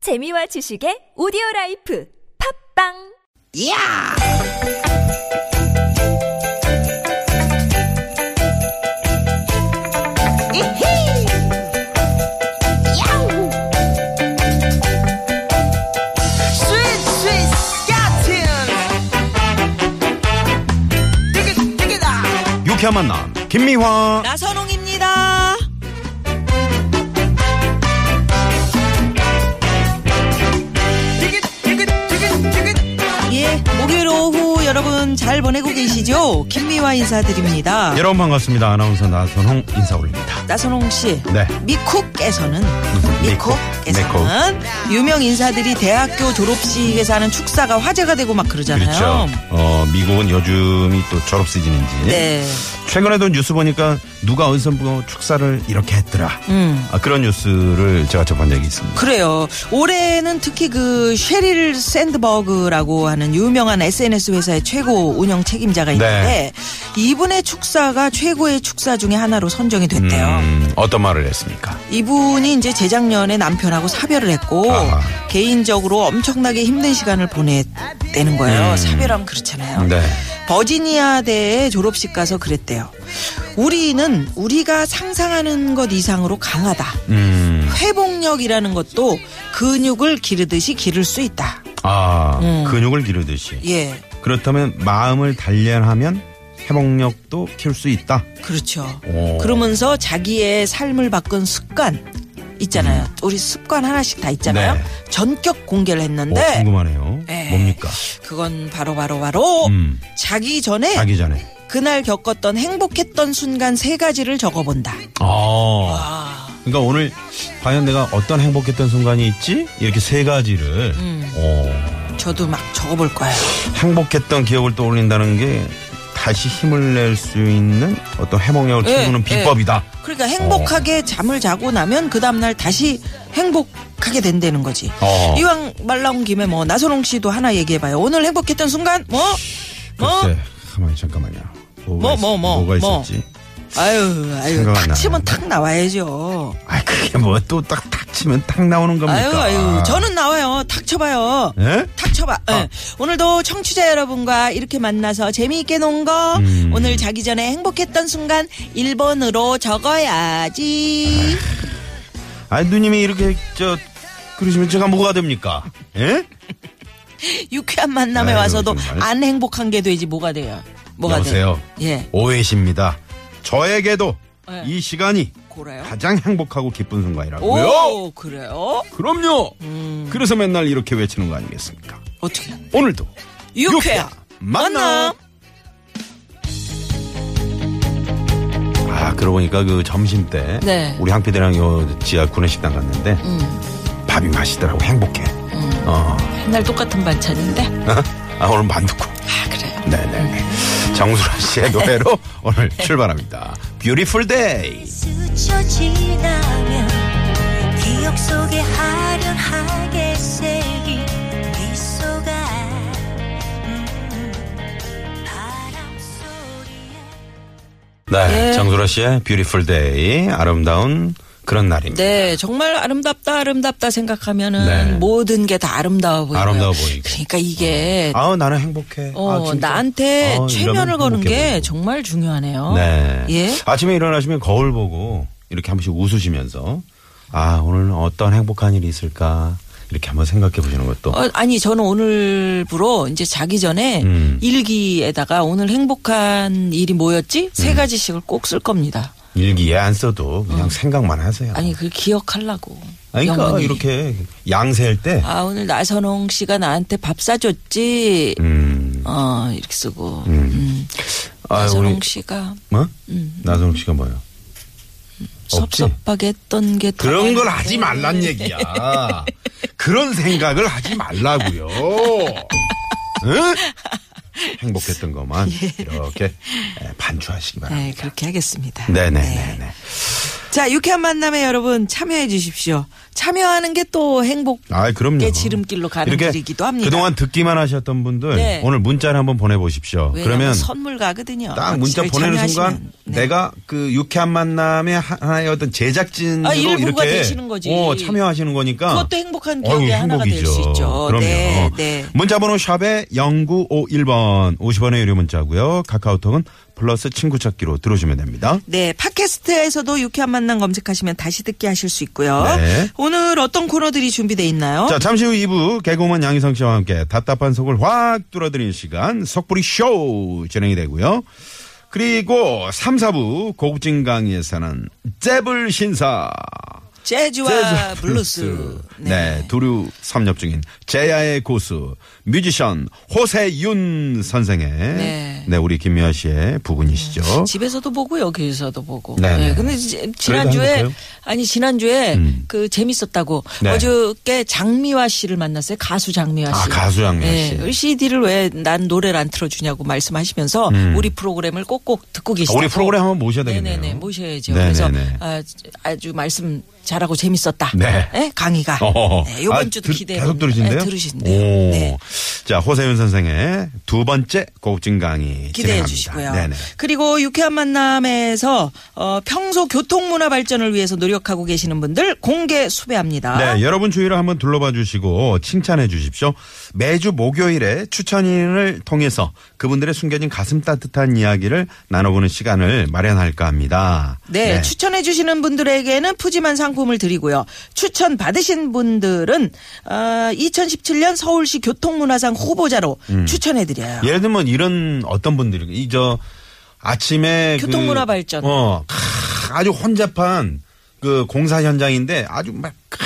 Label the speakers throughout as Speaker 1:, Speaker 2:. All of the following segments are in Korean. Speaker 1: 재미와 지식의 오디오 라이프 팝빵!
Speaker 2: 야! 이히! 야우! 스윗 스윗 야틴! 띠기 띠기다!
Speaker 3: 유쾌한 만남 김미화
Speaker 2: 나선홍입니다. 띠기 띠기 띠기 띠기
Speaker 4: 예, 목요일 오후 여러분 잘 보내고 계시죠? 김미화 인사드립니다.
Speaker 3: 여러분 반갑습니다 아나운서 나선홍 인사 올립니다
Speaker 4: 나선홍 씨.
Speaker 3: 네. 음,
Speaker 4: 미쿡께서는
Speaker 3: 미쿡,
Speaker 4: 미쿡께서는 유명 인사들이 대학교 졸업식에서 하는 축사가 화제가 되고 막 그러잖아요.
Speaker 3: 그렇죠 예. 어 미국은 요즘이 또 졸업 시즌인지
Speaker 4: 네.
Speaker 3: 최근에도 뉴스 보니까 누가 어디서 뭐 축사를 이렇게 했더라
Speaker 4: 음.
Speaker 3: 아, 그런 뉴스를 제가 접한 적이 있습니다
Speaker 4: 그래요. 올해는 특히 그 쉐릴 샌드버그라고 하는 유명한 SNS 회사의 최고 운영 책임자가 있는데
Speaker 3: 네.
Speaker 4: 이분의 축사가 최고의 축사 중에 하나로 선정이 됐대요.
Speaker 3: 음, 어떤 말을 했습니까
Speaker 4: 이분이 이제 재작년에 남편하고 사별을 했고
Speaker 3: 아하.
Speaker 4: 개인적으로 엄청나게 힘든 시간을 보냈다는 거예요. 사별하면 그렇잖아요.
Speaker 3: 음. 네.
Speaker 4: 버지니아대의 졸업식 가서 그랬대요. 우리는 우리가 상상하는 것 이상으로 강하다.
Speaker 3: 음,
Speaker 4: 회복력이라는 것도 근육을 기르듯이 기를 수 있다.
Speaker 3: 아
Speaker 4: 음.
Speaker 3: 근육을 기르듯이
Speaker 4: 예,
Speaker 3: 그렇다면 마음을 단련하면 회복력도 키울 수 있다
Speaker 4: 그렇죠.
Speaker 3: 오.
Speaker 4: 그러면서 자기의 삶을 바꾼 습관 있잖아요. 우리 습관 하나씩 다 있잖아요.
Speaker 3: 음. 네.
Speaker 4: 전격 공개를
Speaker 3: 어,
Speaker 4: 했는데
Speaker 3: 궁금하네요
Speaker 4: 네. 어.
Speaker 3: 뭡니까
Speaker 4: 그건 바로 바로 바로
Speaker 3: 음.
Speaker 4: 자기 전에
Speaker 3: 자기 전에
Speaker 4: 그날 겪었던 행복했던 순간 세 가지를 적어본다.
Speaker 3: 아 그러니까 오늘 과연 내가 어떤 행복했던 순간이 있지? 이렇게 세 가지를
Speaker 4: 음.
Speaker 3: 어,
Speaker 4: 저도 막 적어볼 거예요.
Speaker 3: 행복했던 기억을 떠올린다는 게 다시 힘을 낼 수 있는 어떤 해몽력을
Speaker 4: 예,
Speaker 3: 키우는
Speaker 4: 예.
Speaker 3: 비법이다.
Speaker 4: 그러니까
Speaker 3: 어.
Speaker 4: 행복하게 잠을 자고 나면 그 다음날 다시 행복하게 된다는 거지.
Speaker 3: 어.
Speaker 4: 이왕 말 나온 김에 뭐 나선홍 씨도 하나 얘기해봐요. 오늘 행복했던 순간 뭐? 뭐?
Speaker 3: 글쎄, 가만히 잠깐만요. 뭐가
Speaker 4: 뭐,
Speaker 3: 있-
Speaker 4: 뭐, 뭐,
Speaker 3: 뭐가
Speaker 4: 뭐.
Speaker 3: 있었지?
Speaker 4: 아유, 아유,
Speaker 3: 생각 안
Speaker 4: 탁 치면
Speaker 3: 나는데.
Speaker 4: 탁 나와야죠.
Speaker 3: 아 그게 뭐 또 딱 탁 치면 탁 나오는
Speaker 4: 아유,
Speaker 3: 겁니까?
Speaker 4: 아유, 저는 나와요. 탁 쳐봐요.
Speaker 3: 예?
Speaker 4: 탁 쳐봐. 예. 오늘도 청취자 여러분과 이렇게 만나서 재미있게 논 거.
Speaker 3: 음.
Speaker 4: 오늘 자기 전에 행복했던 순간 1번으로 적어야지.
Speaker 3: 아. 아니 누님이 이렇게 저 그러시면 제가 뭐가 됩니까? 예?
Speaker 4: 유쾌한 만남에
Speaker 3: 아유,
Speaker 4: 와서도
Speaker 3: 정말.
Speaker 4: 안 행복한 게 되지 뭐가 돼요? 뭐가
Speaker 3: 여보세요?
Speaker 4: 돼요? 예.
Speaker 3: 오해십니다. 저에게도
Speaker 4: 네.
Speaker 3: 이 시간이
Speaker 4: 고래요?
Speaker 3: 가장 행복하고 기쁜
Speaker 4: 오, 음.
Speaker 3: 순간이라고요.
Speaker 4: 그래요?
Speaker 3: 그럼요. 그래서 맨날 이렇게 외치는 거 아니겠습니까?
Speaker 4: 어떻게? 해요?
Speaker 3: 오늘도
Speaker 4: 유쾌한 만남.
Speaker 3: 아 그러고 보니까 그 점심 때
Speaker 4: 네. 음.
Speaker 3: 우리 항피대랑 요 지하 구내식당 갔는데 밥이 맛있더라고 행복해. 어,
Speaker 4: 맨날 똑같은 반찬인데?
Speaker 3: 아 오늘 만두국.
Speaker 4: 아, 그래요?
Speaker 3: 네네.
Speaker 4: 음.
Speaker 3: 정수라 씨의 노래로 오늘 출발합니다. Beautiful Day.
Speaker 5: 스쳐 지나면 기억 속에 아련하게 새긴 미소가 음, 바람 소리에
Speaker 3: 네,
Speaker 4: 예.
Speaker 3: 정수라 씨의 Beautiful Day 아름다운 그런 날입니다.
Speaker 4: 네, 정말 아름답다, 아름답다 생각하면은
Speaker 3: 네.
Speaker 4: 모든 게 다 아름다워 보이고.
Speaker 3: 아름다워 보이고.
Speaker 4: 그러니까 이게,
Speaker 3: 아우 나는 행복해.
Speaker 4: 어,
Speaker 3: 아, 진짜.
Speaker 4: 나한테
Speaker 3: 아,
Speaker 4: 최면을
Speaker 3: 이러면
Speaker 4: 거는
Speaker 3: 행복해
Speaker 4: 게
Speaker 3: 보이고.
Speaker 4: 정말 중요하네요.
Speaker 3: 네.
Speaker 4: 예?
Speaker 3: 아침에 일어나시면 거울 보고 이렇게 한 번씩 웃으시면서 아 오늘 어떤 행복한 일이 있을까 이렇게 한번 생각해 보시는 것도
Speaker 4: 어, 아니 저는 오늘부로 이제 자기 전에
Speaker 3: 음.
Speaker 4: 일기에다가 오늘 행복한 일이 뭐였지 세
Speaker 3: 음.
Speaker 4: 가지씩을 꼭 쓸 겁니다.
Speaker 3: 일기에 안 써도 그냥 생각만 하세요.
Speaker 4: 어. 아니 그걸 기억하려고.
Speaker 3: 아니, 그러니까
Speaker 4: 영원히.
Speaker 3: 이렇게 양세일 때
Speaker 4: 아 오늘 나선홍 씨가 나한테 밥 사줬지.
Speaker 3: 음.
Speaker 4: 어 이렇게 쓰고. 음.
Speaker 3: 아,
Speaker 4: 나선홍
Speaker 3: 우리-
Speaker 4: 씨가 음.
Speaker 3: 뭐? 나선홍 씨가 뭐요? 없지?
Speaker 4: 섭섭하게 했던 게 더
Speaker 3: 그런 걸
Speaker 4: 많은데.
Speaker 3: 하지 말란 얘기야. 그런 생각을 하지 말라고요. 응? 행복했던
Speaker 4: 예.
Speaker 3: 것만 이렇게 반추하시기 바랍니다.
Speaker 4: 네 그렇게 하겠습니다.
Speaker 3: 네네네네.
Speaker 4: 자, 유쾌한 만남에 여러분 참여해 주십시오. 참여하는 게 또 행복.
Speaker 3: 아, 그럼요.
Speaker 4: 게 지름길로 가는
Speaker 3: 이렇게
Speaker 4: 길이기도 합니다.
Speaker 3: 그동안 듣기만 하셨던 분들
Speaker 4: 네.
Speaker 3: 오늘 문자를 한번 보내보십시오.
Speaker 4: 왜냐면
Speaker 3: 그러면
Speaker 4: 선물 가거든요.
Speaker 3: 아, 딱 문자
Speaker 4: 제일
Speaker 3: 보내는
Speaker 4: 참여하시면.
Speaker 3: 순간
Speaker 4: 네.
Speaker 3: 내가 그 유쾌한 만남의 하- 하나의 어떤 제작진으로
Speaker 4: 아, 일부가
Speaker 3: 이렇게
Speaker 4: 되시는 거지.
Speaker 3: 어, 참여하시는 거니까
Speaker 4: 그것도 행복한
Speaker 3: 어휴,
Speaker 4: 기억의 하나가 될 수 있죠.
Speaker 3: 그럼요.
Speaker 4: 네, 네.
Speaker 3: 문자번호 샵에 0951번 50원의 유료 문자고요. 카카오톡은 플러스 친구 찾기로 들어주면 됩니다.
Speaker 4: 네, 팟캐스트에서도 유쾌한 만남 검색하시면 다시 듣게 하실 수 있고요.
Speaker 3: 네.
Speaker 4: 오늘 어떤 코너들이 준비돼 있나요?
Speaker 3: 자, 잠시 후 2부 개그우먼 양희성 씨와 함께 답답한 속을 확 뚫어드리는 시간 속풀이 쇼 진행이 되고요. 그리고 3, 4부 고급진 강의에서는 재블 신사.
Speaker 4: 재즈와
Speaker 3: 재즈
Speaker 4: 블루스.
Speaker 3: 네. 두류 삼nhập 중인 제야의 고수 뮤지션 호세윤 선생의
Speaker 4: 네. 음,
Speaker 3: 네, 우리 김미아 씨의 부군이시죠.
Speaker 4: 집에서도 보고 여기서도 보고.
Speaker 3: 어? 네,
Speaker 4: 네,
Speaker 3: 네.
Speaker 4: 근데 이제 지난주에
Speaker 3: 행복해요? 음.
Speaker 4: 아니 지난주에 그 재밌었다고
Speaker 3: 네.
Speaker 4: 어저께 장미화 씨를 만났어요. 가수 장미화 씨. 네.
Speaker 3: 아, 가수 장미화 씨.
Speaker 4: CD를 왜 난 노래를 안 틀어주냐고 말씀하시면서 우리 프로그램을 꼭꼭 듣고
Speaker 3: 음.
Speaker 4: 계시고.
Speaker 3: 아, 우리 프로그램 한번 모셔야 되겠네요.
Speaker 4: 네네네 모셔야죠.
Speaker 3: 네네네.
Speaker 4: 그래서 아, 아주 말씀 잘하고 재밌었다.
Speaker 3: 네.
Speaker 4: 예? 강의가
Speaker 3: 어허허.
Speaker 4: 네, 이번
Speaker 3: 아,
Speaker 4: 주도
Speaker 3: 들-
Speaker 4: 기대
Speaker 3: 계속 들으신대요?
Speaker 4: 들으신대요.
Speaker 3: 오.
Speaker 4: 네.
Speaker 3: 자, 호세윤 선생의 두 번째 고급진 강의
Speaker 4: 기대해
Speaker 3: 진행합니다.
Speaker 4: 주시고요.
Speaker 3: 네네.
Speaker 4: 그리고 유쾌한 만남에서 어, 평소 교통문화 발전을 위해서 노력하고 계시는 분들 공개 수배합니다.
Speaker 3: 네, 여러분 주위를 한번 둘러봐 주시고 칭찬해 주십시오. 매주 목요일에 추천인을 통해서 그분들의 숨겨진 가슴 따뜻한 이야기를 나눠보는 시간을 마련할까 합니다.
Speaker 4: 네, 추천해 주시는 분들에게는 푸짐한 상품을 드리고요. 추천 받으신 분들은 어, 2017년 서울시 교통문화상 후보자로 추천해 드려요.
Speaker 3: 음. 예를 들면 이런 어떤 분들이 이 저 아침에 그-
Speaker 4: 교통문화 발전.
Speaker 3: 어 캬, 아주 혼잡한 그 공사 현장인데 아주 막, 캬,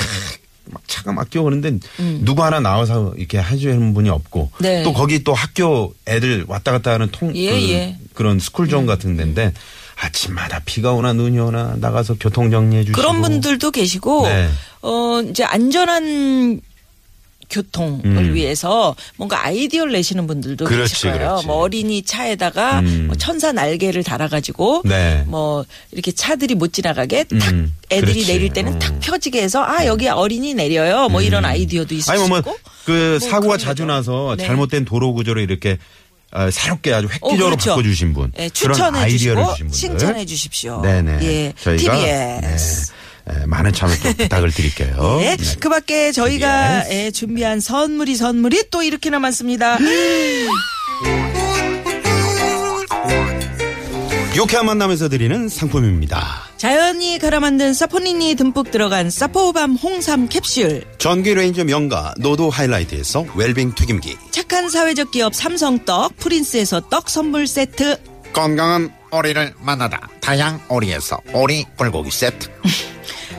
Speaker 3: 막 차가 막 뛰어오는데 누구 하나 나와서 이렇게 해주는 분이 없고
Speaker 4: 음. 네.
Speaker 3: 또 거기 또 학교 애들 왔다 갔다 하는 통
Speaker 4: 예,
Speaker 3: 그,
Speaker 4: 예.
Speaker 3: 런 스쿨존 같은 데인데 아침마다 비가 오나 눈이 오나 나가서 교통 정리해 주시고
Speaker 4: 그런 분들도 계시고
Speaker 3: 네.
Speaker 4: 어 이제 안전한 교통을
Speaker 3: 음.
Speaker 4: 위해서 뭔가 아이디어를 내시는 분들도
Speaker 3: 그렇지,
Speaker 4: 계실 거예요.
Speaker 3: 그렇지.
Speaker 4: 뭐 어린이 차에다가
Speaker 3: 음.
Speaker 4: 뭐 천사 날개를 달아가지고
Speaker 3: 네.
Speaker 4: 뭐 이렇게 차들이 못 지나가게 탁
Speaker 3: 음,
Speaker 4: 애들이
Speaker 3: 그렇지.
Speaker 4: 내릴 때는
Speaker 3: 음.
Speaker 4: 탁 펴지게 해서 아 여기 어린이 내려요. 뭐 이런 아이디어도 있을
Speaker 3: 아니
Speaker 4: 수
Speaker 3: 뭐,
Speaker 4: 있고.
Speaker 3: 그
Speaker 4: 뭐
Speaker 3: 사고가
Speaker 4: 그런
Speaker 3: 자주
Speaker 4: 거죠.
Speaker 3: 나서
Speaker 4: 네.
Speaker 3: 잘못된 도로 구조를 이렇게 아, 새롭게 아주 획기적으로
Speaker 4: 어, 그렇죠.
Speaker 3: 바꿔주신 분, 그런
Speaker 4: 예, 추천해
Speaker 3: 아이디어를
Speaker 4: 주시고
Speaker 3: 주신 분들,
Speaker 4: 칭찬해 주십시오.
Speaker 3: 네네,
Speaker 4: 예,
Speaker 3: 저희가
Speaker 4: TBS.
Speaker 3: 네, 예, 많은 참여 또 부탁을 드릴게요.
Speaker 4: 네.
Speaker 3: 네.
Speaker 4: 그 밖에 저희가 예, 준비한 선물이 선물이 또 이렇게나 많습니다.
Speaker 3: 유쾌한 만남에서 드리는 상품입니다.
Speaker 4: 자연이 갈아 만든 사포닌이 듬뿍 들어간 사포밤 홍삼 캡슐.
Speaker 3: 전기 레인저 명가 노도 하이라이트에서 웰빙 튀김기,
Speaker 4: 착한 사회적 기업 삼성떡 프린스에서 떡 선물 세트.
Speaker 6: 건강한 오리를 만나다 다양 오리에서 오리 불고기 세트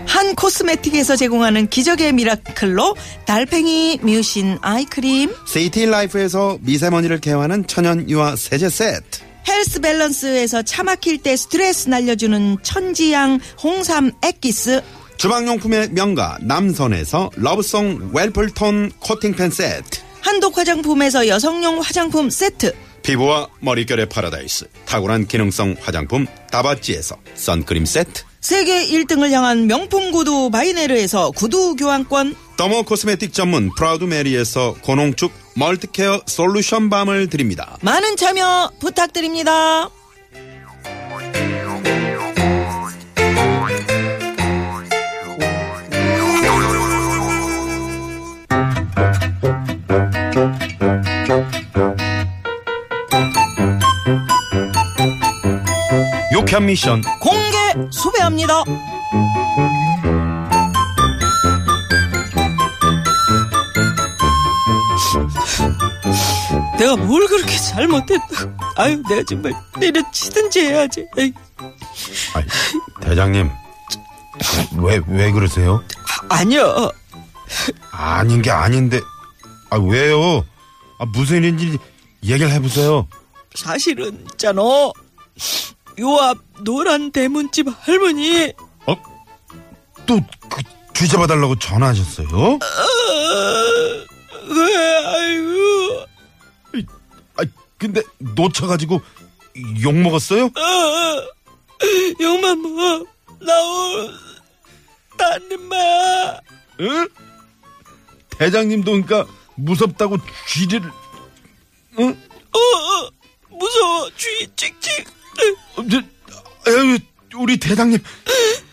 Speaker 4: 한 코스메틱에서 제공하는 기적의 미라클로 달팽이 뮤신 아이크림.
Speaker 3: 세이티 라이프에서 미세먼지를 케어하는 천연 유화 세제 세트,
Speaker 4: 헬스 밸런스에서 차 막힐 때 스트레스 날려주는 천지향 홍삼 액기스.
Speaker 3: 주방용품의 명가 남선에서 러브송 웰플톤 코팅팬 세트.
Speaker 4: 한독 화장품에서 여성용 화장품 세트.
Speaker 3: 피부와 머릿결의 파라다이스 탁월한 기능성 화장품 다바찌에서 선크림 세트
Speaker 4: 세계 1등을 향한 명품 구두 바이네르에서 구두 교환권.
Speaker 3: 더모 코스메틱 전문 프라우드 메리에서 고농축 멀티케어 솔루션 밤을 드립니다
Speaker 4: 많은 참여 부탁드립니다.
Speaker 3: 요캠 미션
Speaker 4: 공개 수배합니다. 내가 뭘 그렇게 잘못했다. 아유, 내가 정말 때려치든지 해야지. 에이,
Speaker 3: 대장님 왜 왜 그러세요?
Speaker 4: 아니요.
Speaker 3: 아닌 게 아닌데 아 왜요? 아 무슨 일인지 얘기를 해보세요
Speaker 4: 사실은 있잖아. 요 앞 노란 대문집 할머니.
Speaker 3: 또 그, 뒤져봐달라고 전화하셨어요?
Speaker 4: 그,
Speaker 7: 네,
Speaker 4: 아이고.
Speaker 3: 아 근데
Speaker 7: 어,
Speaker 3: 놓쳐가지고 욕먹었어요?
Speaker 4: 욕만 먹어.
Speaker 7: 나우 따님아
Speaker 3: 응? 대장님도 그러니까 무섭다고 쥐를 응?
Speaker 7: 어 무서워 쥐 찍찍
Speaker 3: 어, 저, 아유, 우리 대장님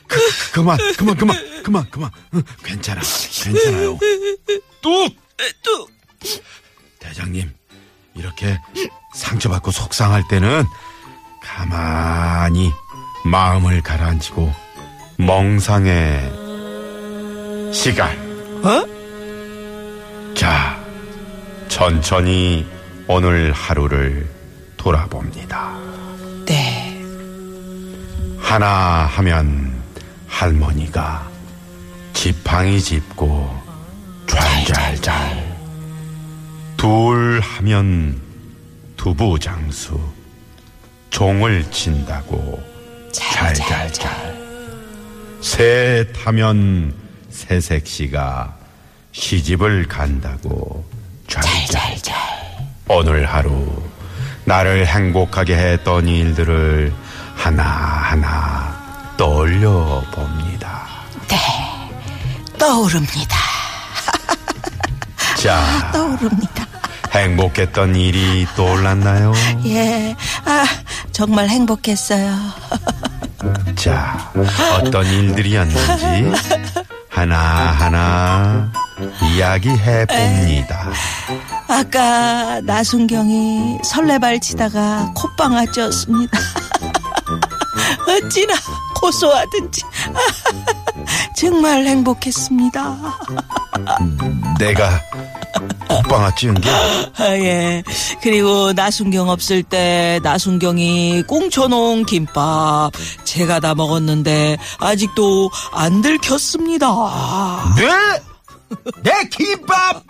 Speaker 3: 그, 그만 그만 그만 그만 그만 응, 괜찮아 괜찮아요 뚝
Speaker 7: 또
Speaker 3: 대장님 이렇게 상처받고 속상할 때는 가만히 마음을 가라앉히고 멍상의 시간
Speaker 4: 어?
Speaker 3: 자 천천히 오늘 하루를 돌아봅니다
Speaker 4: 네.
Speaker 3: 하나 하면 할머니가 지팡이 짚고 잘잘잘 둘 하면 두부 장수 종을 친다고 잘잘잘 셋 하면 새색시가 시집을 간다고 잘잘잘 오늘 하루 나를 행복하게 했던 일들을 하나하나 떠올려 봅니다.
Speaker 4: 떠오릅니다.
Speaker 3: 자,
Speaker 4: 떠오릅니다.
Speaker 3: 행복했던 일이 떠올랐나요?
Speaker 4: 예. 아, 정말 행복했어요.
Speaker 3: 자, 어떤 일들이었는지 하나하나 이야기해 봅니다.
Speaker 4: 아까 나순경이 설레발 치다가 콧방아 쪘습니다. 어찌나 고소하든지. 정말 행복했습니다.
Speaker 3: 내가 콧방아 찌은 게
Speaker 4: 아, 예. 그리고 나순경 없을 때 나순경이 꽁쳐놓은 김밥 제가 다 먹었는데 아직도 안 들켰습니다.
Speaker 3: 네? 내 김밥!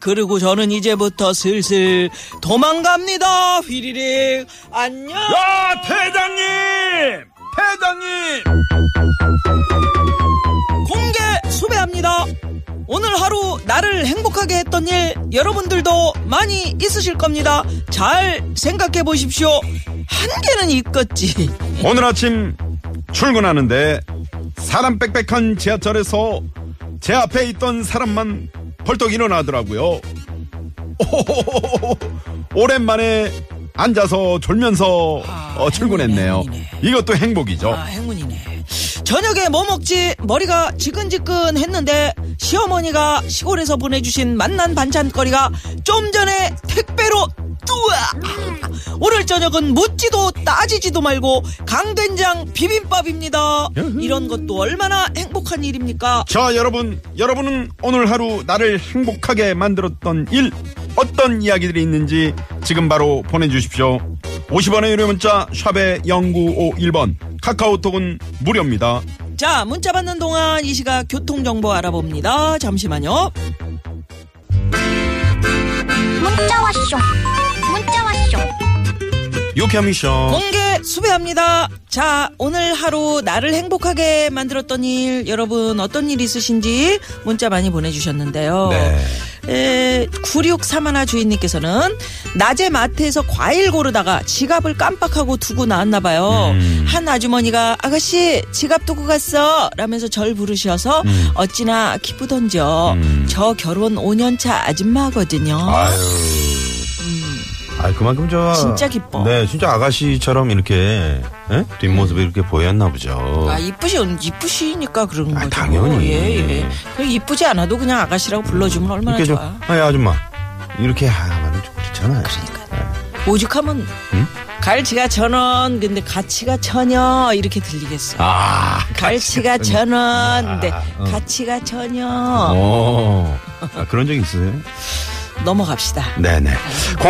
Speaker 4: 그리고 저는 이제부터 슬슬 도망갑니다. 휘리릭 안녕.
Speaker 3: 야, 아, 대장님! 대장님!
Speaker 4: 공개 수배합니다. 오늘 하루 나를 행복하게 했던 일 여러분들도 많이 있으실 겁니다. 잘 생각해 보십시오. 한계는 있겠지.
Speaker 3: 오늘 아침 출근하는데 사람 빽빽한 지하철에서 제 앞에 있던 사람만 벌떡 일어나더라고요. 오호호호호호. 오랜만에 앉아서 졸면서 어, 출근했네요.
Speaker 4: 아, 행운이네.
Speaker 3: 이것도 행복이죠.
Speaker 4: 아, 행운이네. 저녁에 뭐 먹지? 머리가 지끈지끈 했는데 시어머니가 시골에서 보내주신 맛난 반찬거리가 좀 전에 택배로 뚜아! 오늘 저녁은 묻지도 따지지도 말고 강된장 비빔밥입니다. 이런 것도 얼마나 행복한 일입니까?
Speaker 3: 자, 여러분, 여러분은 오늘 하루 나를 행복하게 만들었던 일, 어떤 이야기들이 있는지 지금 바로 보내주십시오. 50원의 유료 문자, 샵의 0951번, 카카오톡은 무료입니다.
Speaker 4: 자, 문자 받는 동안 이 시각 교통정보 알아봅니다. 잠시만요.
Speaker 8: 문자 왔쇼 문자 왔쇼
Speaker 3: 유쾌한 미션.
Speaker 4: 공개 수배합니다. 자, 오늘 하루 나를 행복하게 만들었던 일, 여러분 어떤 일 있으신지 문자 많이 보내주셨는데요.
Speaker 3: 네.
Speaker 4: 에, 9631 주인님께서는 낮에 마트에서 과일 고르다가 지갑을 깜빡하고 두고 나왔나 봐요.
Speaker 3: 음.
Speaker 4: 한 아주머니가 아가씨 지갑 두고 갔어 라면서 절 부르셔서 어찌나 기쁘던지요.
Speaker 3: 음.
Speaker 4: 저 결혼 5년차 아줌마거든요.
Speaker 3: 아유. 아, 그만큼 저.
Speaker 4: 음. 진짜 기뻐.
Speaker 3: 네, 진짜 아가씨처럼 이렇게, 예? 뒷모습이 이렇게 보였나 보죠.
Speaker 4: 음. 아 이쁘시 이쁘시니까 그런
Speaker 3: 어. 아,
Speaker 4: 거죠.
Speaker 3: 당연히.
Speaker 4: 예, 예. 그냥 이쁘지 않아도 그냥 아가씨라고 불러주면 얼마나
Speaker 3: 이렇게 좀,
Speaker 4: 좋아.
Speaker 3: 아, 야, 아줌마. 이렇게 하면 좀 그렇잖아요.
Speaker 4: 그러니까 오죽하면 갈치가 천원 근데 가치가 천여 이렇게 들리겠어.
Speaker 3: 아.
Speaker 4: 갈치가 천원 근데
Speaker 3: 아, 어.
Speaker 4: 가치가 천여
Speaker 3: 어. 아, 그런 적 있으세요?
Speaker 4: 넘어갑시다.
Speaker 3: 네네.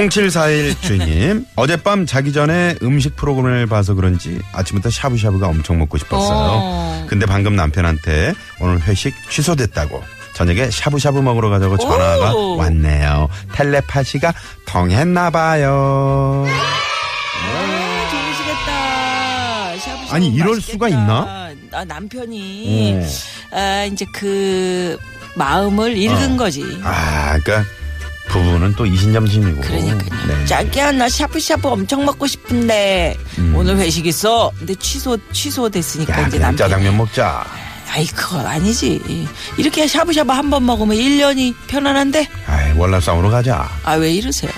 Speaker 3: 0741 주인님. 어젯밤 자기 전에 음식 프로그램을 봐서 그런지 아침부터 샤브샤브가 엄청 먹고 싶었어요.
Speaker 4: 어.
Speaker 3: 근데 방금 남편한테 오늘 회식 취소됐다고 저녁에 샤브샤브 먹으러 가자고 전화가
Speaker 4: 오.
Speaker 3: 왔네요. 텔레파시가 통했나 봐요.
Speaker 4: 아, 좋으시겠다. 샤브샤브
Speaker 3: 아니, 이럴
Speaker 4: 맛있겠다.
Speaker 3: 수가 있나? 네.
Speaker 4: 아, 남편이
Speaker 3: 어.
Speaker 4: 아, 이제 그 마음을 읽은 거지.
Speaker 3: 아, 그러니까 부부는 또 이신점심이고.
Speaker 4: 그러니까요.
Speaker 3: 네.
Speaker 4: 자기야 나 샤브샤브 엄청 먹고 싶은데 오늘 회식 있어. 근데 취소 취소됐으니까
Speaker 3: 음. 야,
Speaker 4: 이제
Speaker 3: 그냥
Speaker 4: 남편.
Speaker 3: 짜장면 먹자.
Speaker 4: 아이 그거 아니지. 이렇게 샤브샤브 한 번 먹으면 1년이 편안한데.
Speaker 3: 아이, 월남쌈으로 가자.
Speaker 4: 아 왜 이러세요?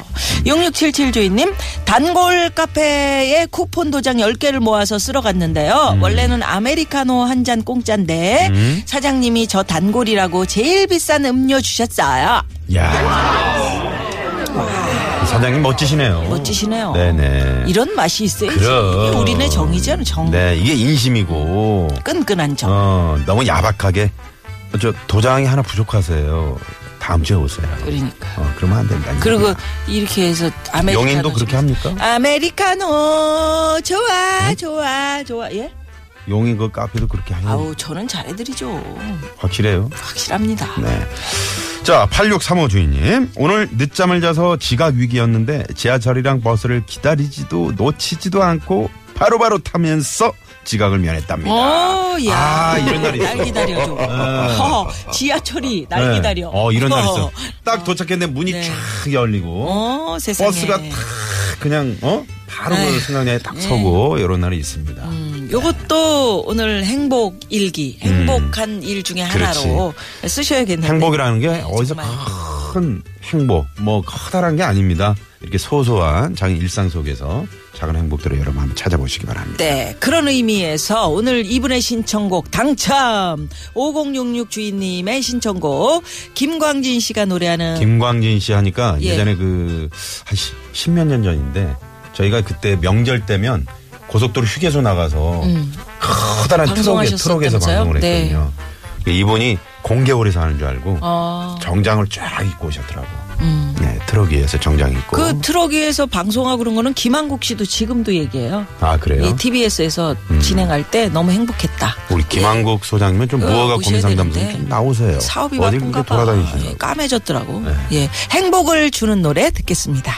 Speaker 4: 6677 주인님 단골 카페에 쿠폰 도장 10개를 모아서 쓸어 갔는데요.
Speaker 3: 음.
Speaker 4: 원래는 아메리카노 한 잔 공짜인데 사장님이 저 단골이라고 제일 비싼 음료 주셨어요.
Speaker 3: 야 사장님 멋지시네요.
Speaker 4: 멋지시네요.
Speaker 3: 네네.
Speaker 4: 이런 맛이 있어야지.
Speaker 3: 그럼.
Speaker 4: 이게 우리네 정이잖아 정.
Speaker 3: 네, 이게 인심이고.
Speaker 4: 끈끈한 정.
Speaker 3: 어, 너무 야박하게. 저 도장이 하나 부족하세요. 다음 주에 오세요.
Speaker 4: 그러니까.
Speaker 3: 어, 그러면 안 된다.
Speaker 4: 그리고 이렇게 해서 아메리카노
Speaker 3: 용인도 그렇게
Speaker 4: 좀-
Speaker 3: 합니까? 네?
Speaker 4: 아메리카노 좋아 좋아 좋아 예?
Speaker 3: 용인 그 카페도 그렇게 하니
Speaker 4: 아우 저는 잘해드리죠.
Speaker 3: 확실해요.
Speaker 4: 확실합니다.
Speaker 3: 네. 자, 8635 주인님. 오늘 늦잠을 자서 지각 위기였는데 지하철이랑 버스를 기다리지도 놓치지도 않고 바로바로 타면서 지각을 면했답니다.
Speaker 4: 어? 오, 야.
Speaker 3: 아, 이런 날이 있어.
Speaker 4: 날 기다려줘. 허, 지하철이 날
Speaker 3: 네.
Speaker 4: 기다려.
Speaker 3: 어, 이런 날 있어.
Speaker 4: 어,
Speaker 3: 딱 도착했는데 문이
Speaker 4: 네.
Speaker 3: 쫙 열리고
Speaker 4: 어, 세상에.
Speaker 3: 버스가 탁 그냥 어? 바로 그
Speaker 4: 에휴. 네.
Speaker 3: 승강장에 딱 서고 이런 날이 있습니다.
Speaker 4: 음, 요것도 오늘 행복 일기, 행복한 일 중에 하나로 쓰셔야겠네요.
Speaker 3: 음. 행복이라는 게 어디서
Speaker 4: 정말.
Speaker 3: 큰 행복, 뭐 커다란 게 아닙니다. 이렇게 소소한 자기 일상 속에서 작은 행복들을 여러분 한번 찾아보시기 바랍니다.
Speaker 4: 네, 그런 의미에서 오늘 이분의 신청곡 당첨! 5066 주인님의 신청곡, 김광진 씨가 노래하는
Speaker 3: 김광진 씨 하니까
Speaker 4: 네. 예.
Speaker 3: 예. 전에 그, 한 시- 십몇 년 전인데 저희가 그때 명절 때면 고속도로 휴게소 나가서
Speaker 4: 음.
Speaker 3: 커다란 트럭에, 트럭에서
Speaker 4: 방송하셨었다면서요? 네.
Speaker 3: 방송을 했거든요. 그러니까 이분이 공개홀에서 하는 줄 알고
Speaker 4: 어.
Speaker 3: 정장을 쫙 입고 오셨더라고. 네, 트럭 위에서 정장 입고.
Speaker 4: 음. 그 트럭 위에서 방송하고 그런 거는 김한국 씨도 지금도 얘기해요.
Speaker 3: 아, 그래요? 음.
Speaker 4: 이 TBS에서 진행할 때 너무 행복했다.
Speaker 3: 우리 김한국 소장님은 좀
Speaker 4: 어,
Speaker 3: 무허가 고민
Speaker 4: 오셔야
Speaker 3: 상담소 좀
Speaker 4: 되는데.
Speaker 3: 나오세요.
Speaker 4: 사업이
Speaker 3: 어디
Speaker 4: 바쁜가
Speaker 3: 그렇게 네.
Speaker 4: 봐.
Speaker 3: 돌아다니시나요?
Speaker 4: 예, 까매졌더라고. 예. 행복을 주는 노래 듣겠습니다.